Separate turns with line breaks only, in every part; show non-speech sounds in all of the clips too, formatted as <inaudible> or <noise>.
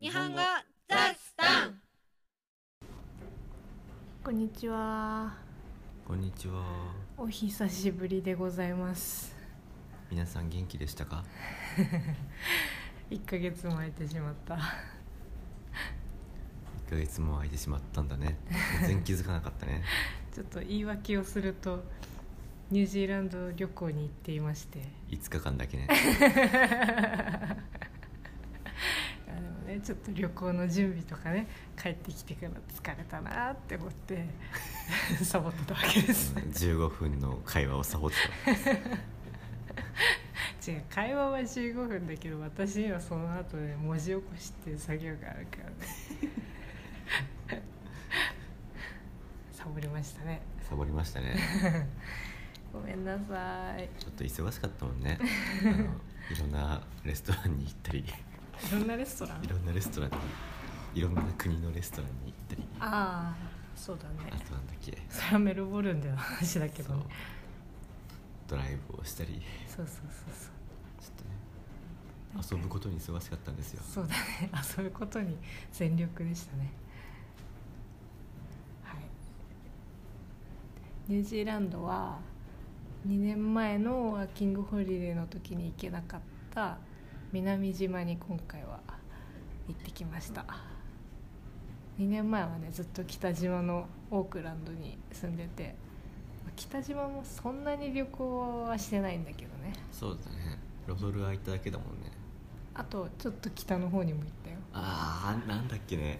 日本語ザスタン
こんにちは。
こんにちは。
お久しぶりでございます。
皆さん元気でしたか？
<laughs> 一ヶ月も空いてしまった。
1ヶ月も空いてしまったんだね。全然気づかなかったね。
ちょっと言い訳をすると、ニュージーランド旅行に行っていまして。
5日間だ
<laughs>
けね。
あでもね、ちょっと旅行の準備とかね、帰ってきてから疲れたなって思
<laughs>
って、サボってたわけです。
15分の会話をサボって
違う、会話は15分だけど、私にはその後で文字起こしっていう作業があるからね。 <laughs> サボりましたね。
た。サボりましたね。
ごめんなさい。
ちょっと忙しかったもんね。あのいろんなレストランに行ったり、い
いろんなレストラン
ろんなレストランに、いろんな国のレストランに行ったり。
ああそうだ
あ
ね
となんだっけ？
それはメルボルンでの話だけど、
そう
ね、
ドライブをしたり、
そうそうそう
ちょっとね遊ぶことに忙しかったんですよ。
そうそうだ <laughs> ね遊ぶことに全力でしたねはいニュージーランドは2年前のワーキングホリデーの時に行けなかった南島に今回は行ってきました2年前はねずっと北島のオークランドに住んでてまあ北島もそんなに旅行はしてないんだけどね
そうだね。ロドル空いただけだもんね。
あとちょっと北の方にも行ったよ
ああなんだっけね。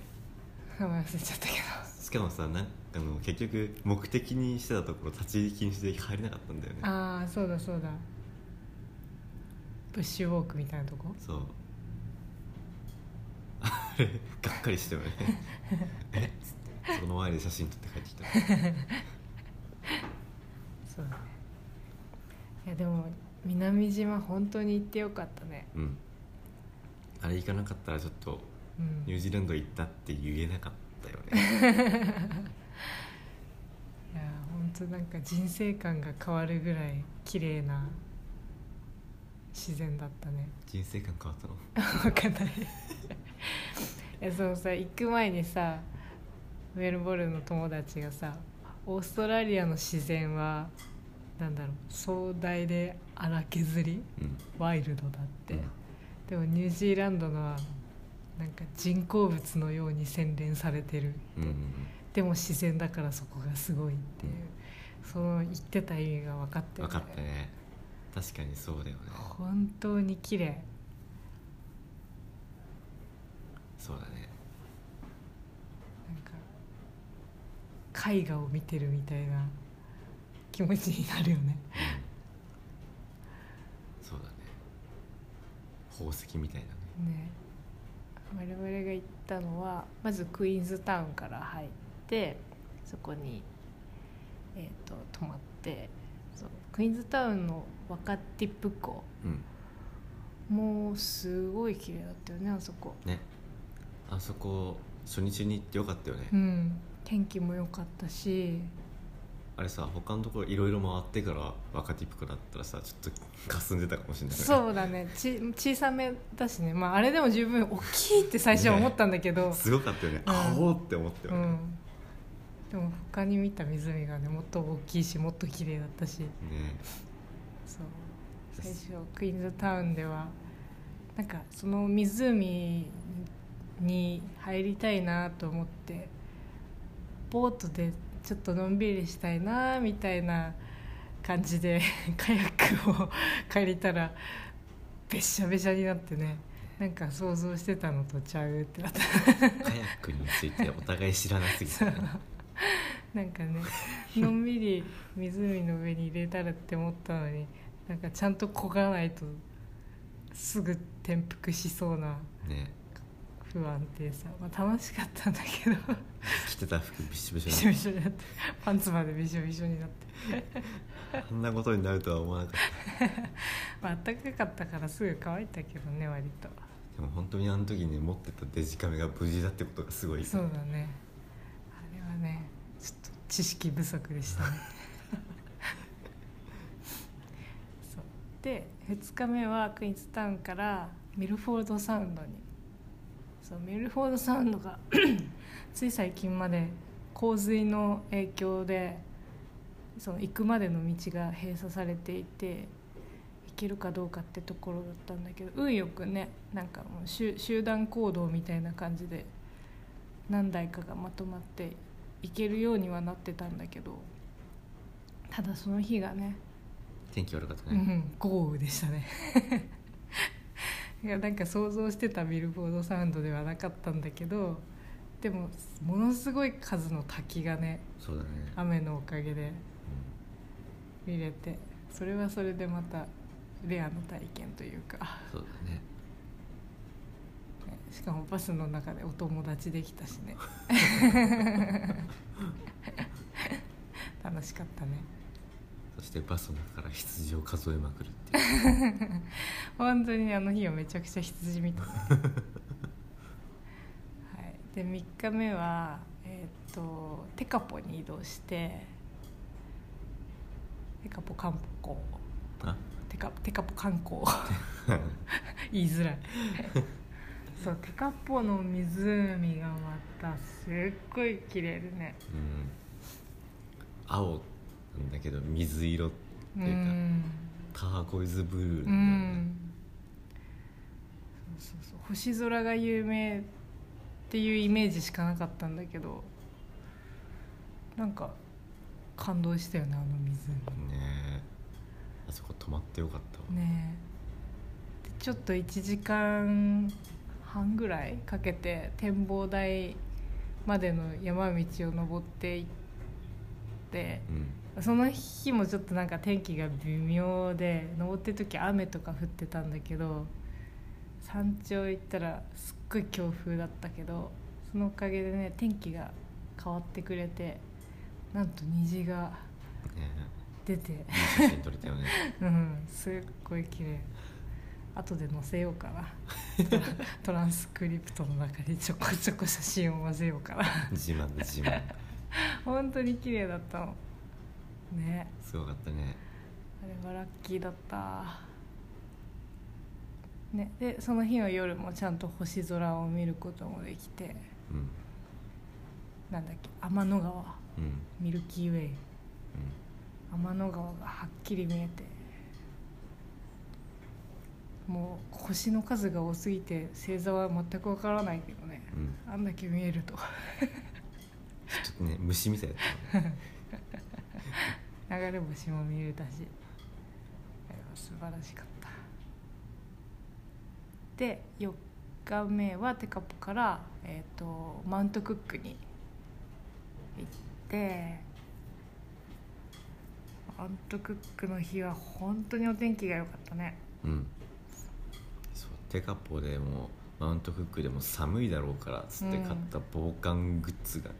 名前忘れちゃったけど
しかもさなんかあの結局目的にしてたところ立ち入り禁止で入れなかったんだよね
ああそうだそうだブッシュウォークみたいなとこ
そうあれがっかりしてよね
<laughs>
えっつってその前で写真撮って帰ってきた
そうだねいやでも南島本当に行ってよかったね
うんあれ行かなかったらちょっと
うん
ニュージーランド行ったって言えなかったよね
いや本当なんか人生観が変わるぐらい綺麗な自然だったね <laughs>
人生観変わったの
わかんないい <laughs> やそのさ行く前にさウェルボルンの友達がさオーストラリアの自然はなんだろう壮大で荒削り
うん
ワイルドだって、
うん
でもニュージーランドのはなんか人工物のように洗練されてる
うんうんうん
でも自然だからそこがすごいっていう、その言ってた意味が分かって
分かったね確かにそうだよね
本当に綺麗
そうだね
なんか絵画を見てるみたいな気持ちになるよね
そうだね宝石みたいなね
ね我々が行ったのはまずクイーンズタウンから入ってそこに、えー、と泊まってそうクイーンズタウンのワカティップ湖
うん
もうすごい綺麗だったよねあそこ
ねあそこ初日に行ってよかったよね、
うん天気も良かったし
あれさ他のところいろいろ回ってから若手っぽくなったらさちょっと霞んでたかもしれないね
そうだねち小さめだしね、まあ、あれでも十分大きいって最初は思ったんだけど、
すごかったよね、
うん
あおーって思った
う
よね,、
ん、でも他に見た湖がねもっと大きいしもっと綺麗だったし
ね
そう最初クイーンズタウンではなんかその湖に入りたいなと思ってボートでちょっとのんびりしたいなみたいな感じで <laughs> カヤックを借りたらべっしゃべしゃになってねなんか想像してたのとちゃうってな <laughs> った
カヤックについてお互い知らなすぎて、ね、
なんかねのんびり湖の上に入れたらって思ったのになんかちゃんと漕がないとすぐ転覆しそうな
ね
不安定さ、まあ、楽しかったんだけど
着てた服びしょびし
びしょ
ょ
びしょになってパンツまでびしょびしょになって、
あんなことになるとは思わなかっ
まあ暖かかったからすぐ乾いたけどね割と
たでも本当にあの時に持ってたデジカメが無事だってことがすごい
そうだねあれはねちょっと知識不足で
<laughs>
したねそうで2日目はクイーンズタウンからミルフォードサウンドにそうメルフォードサウンドが <clears throat> つい最近まで洪水の影響でその行くまでの道が閉鎖されていて行けるかどうかってところだったんだけど運よくねなんかもう集集団行動みたいな感じで何台かがまとまって行けるようにはなってたんだけどただその日がね
天気悪かった
う
ね、
ん、豪雨でしたね <laughs> いやなんか想像してたビルボードサウンドではなかったんだけどでもものすごい数の滝がね
そうだね、
雨のおかげで
う
見れてそれはそれでまたレアな体験というか
ん、そうだね
しかもバスの中でお友達できたしね <laughs> 楽しかったね
そしてバスの中から羊を数えまくるっていう
本当にあの日はめちゃくちゃ羊見た、はい、で3日目は、えー、とテカポに移動してテカポ観光
あ
テカテカポ観光 <laughs> 言いづらいそうテカポの湖がまたすっごい綺麗でね
うん青なんだけど水色って
う
いうか
ん
ターコイズブル
う
ーなんだよね
んそうそうそう星空が有名っていうイメージしかなかったんだけどなんか感動したよねあの湖
ねえあそこ泊まってよかったわ、
ねえでちょっと1時間半ぐらいかけて展望台までの山道を登っていって
うん
その日もちょっとなんか天気が微妙で登ってる時雨とか降ってたんだけど山頂行ったらすっごい強風だったけどそのおかげでね天気が変わってくれてなんと虹が
ね
出て
えいい写真撮れたよね
<laughs> うんすっごい綺麗後で載せようかなトランスクリプトの中にちょこちょこ写真を混ぜようかな
自慢で自慢
本当に綺麗だったのね
すごかったね
あれはラッキーだった、ね、でその日の夜もちゃんと星空を見ることもできて
うん
なんだっけ天の川
うんうん
ミルキーウェイ天の川がはっきり見えてもう星の数が多すぎて星座は全くわからないけどね
うん
あんだけ見えると
ちょっとね虫みたいだったね
流れ星も見れたしあれは素晴らしかったで4日目はテカポから、えー、とマウントクックに行ってマウントクックの日は本当にお天気が良かったね
うんそうテカポでもマウントフックでも寒いだろうからっつって買った防寒グッズが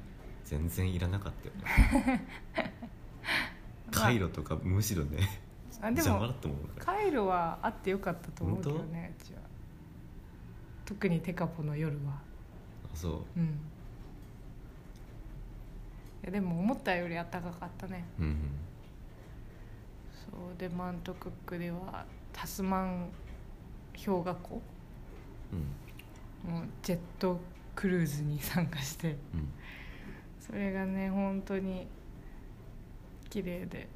全然いらなかったよね、
<laughs>
カイロとかむしろね
あで
邪魔
も
だと思うから
カイロはあってよかったと思うけどねうちは特にテカポの夜は
あそ
うんいやでも思ったより暖かかったね
ううん
そうでマントクックではタスマン氷河湖
うんうん
のジェットクルーズに参加して
うん
それがね本当に綺麗で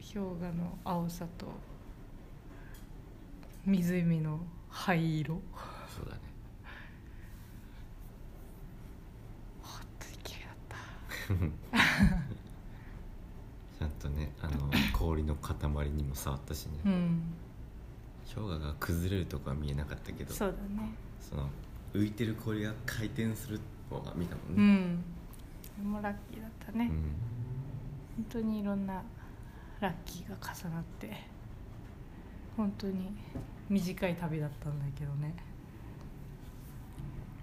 氷河の青さと湖の灰色
そうだね
本当に綺麗だった
ちゃんとね
<laughs>
あの氷の塊にも触ったしね、
うん
氷河が崩れるとこは見えなかったけど
そうだね
その浮いてる氷が回転する方が見たもん
う
ね、
んそれもラッキーだったね、
うん
本当にいろんなラッキーが重なって本当に短い旅だったんだけどね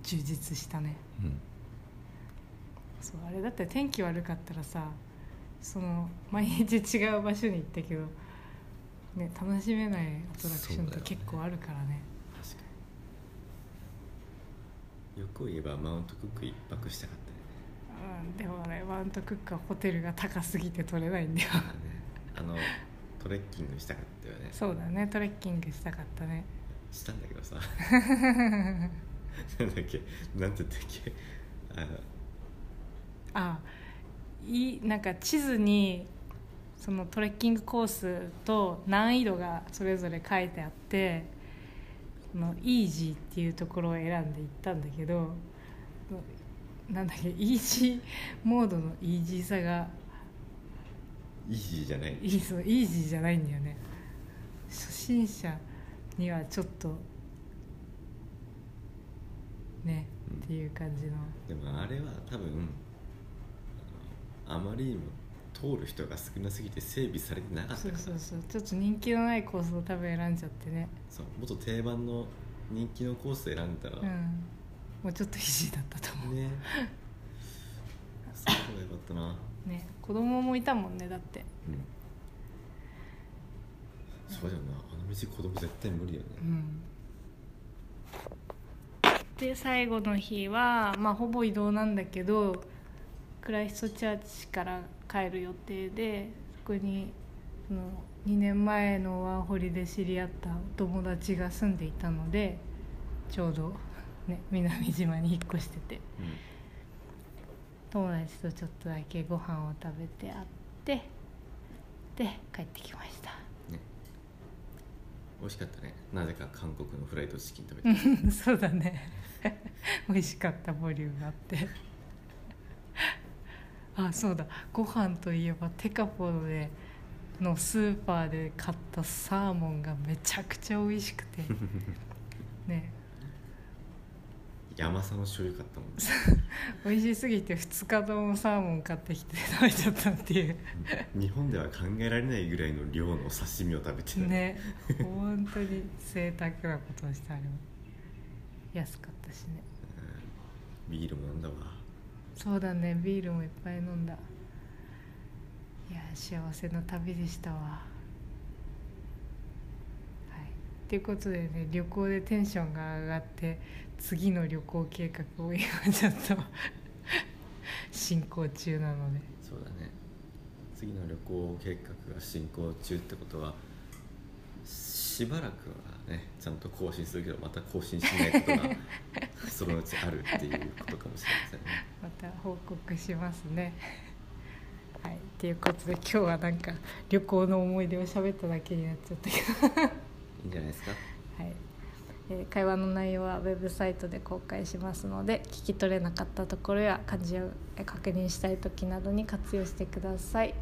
充実したね
うん
そうあれだって天気悪かったらさその毎日違う場所に行ったけど、ね、楽しめないアトラクション
そう
っ
だよ
て
ね
結構あるからね
確かによく言えばマウントクック一泊したかったね
うん、でもねワントクックはホテルが高すぎて取れないんだよ
あのトレッキングしたかったよね
<laughs> そうだねトレッキングしたかったね
したんだけどさなんだっけなんて言ったっけあの
あいいなんか地図にそのトレッキングコースと難易度がそれぞれ書いてあってそのイージーっていうところを選んで行ったんだけどなんだっけイージーモードのイージーさが
イージーじゃない
いいそのイージーじゃないんだよね初心者にはちょっとね
うん
っていう感じの
でもあれは多分あのあまりにも通る人が少なすぎて整備されてなかった
そ
か
う
ら
そうそうちょっと人気のないコースを多分選んじゃってね
そうもっと定番の人気のコース選んだら、
うんもうちょっとイージーだったと思 <laughs>
ねそういうことよかったな
うね子供もいたもんねだって
うんそうだよなあの道子供絶対無理だよね
うんで最後の日はまあほぼ移動なんだけどクライストチャーチから帰る予定でそこにその2年前のワーホリで知り合ったお友達が住んでいたのでちょうど、ね、南島に引っ越してて友達とちょっとだけご飯を食べて会ってで帰ってきました
うんね美味しかったねなぜか韓国のフライドチキン食べ
<laughs>
て
そうだね美味しかったボリュームあって <laughs> あそうだご飯といえばテカポでのスーパーで買ったサーモンがめちゃくちゃ美味しくてね
山佐の醤油買ったもんね
美味しすぎて2日ともサーモン買ってきて食べちゃったっていう
日本では考えられないぐらいの量のお刺身を食べてた
ね本当に贅沢なことをしたあれも安かったしね
うんビールも飲んだわ
そうだねビールもいっぱい飲んだいやー幸せな旅でしたわはいということでね旅行でテンションが上がって次の旅行計画を今ちょっと <laughs> 進行中なので
そうだね次の旅行計画が進行中ってことはしばらくはねちゃんと更新するけどまた更新しないことがそのうちあるっていうことかもしれませんね
また報告しますねはいということで今日はなんか旅行の思い出を喋っただけになっちゃったけど
いいんじゃないですか
はいえー会話の内容はウェブサイトで公開しますので聞き取れなかったところや漢字をえー確認したい時などに活用してください。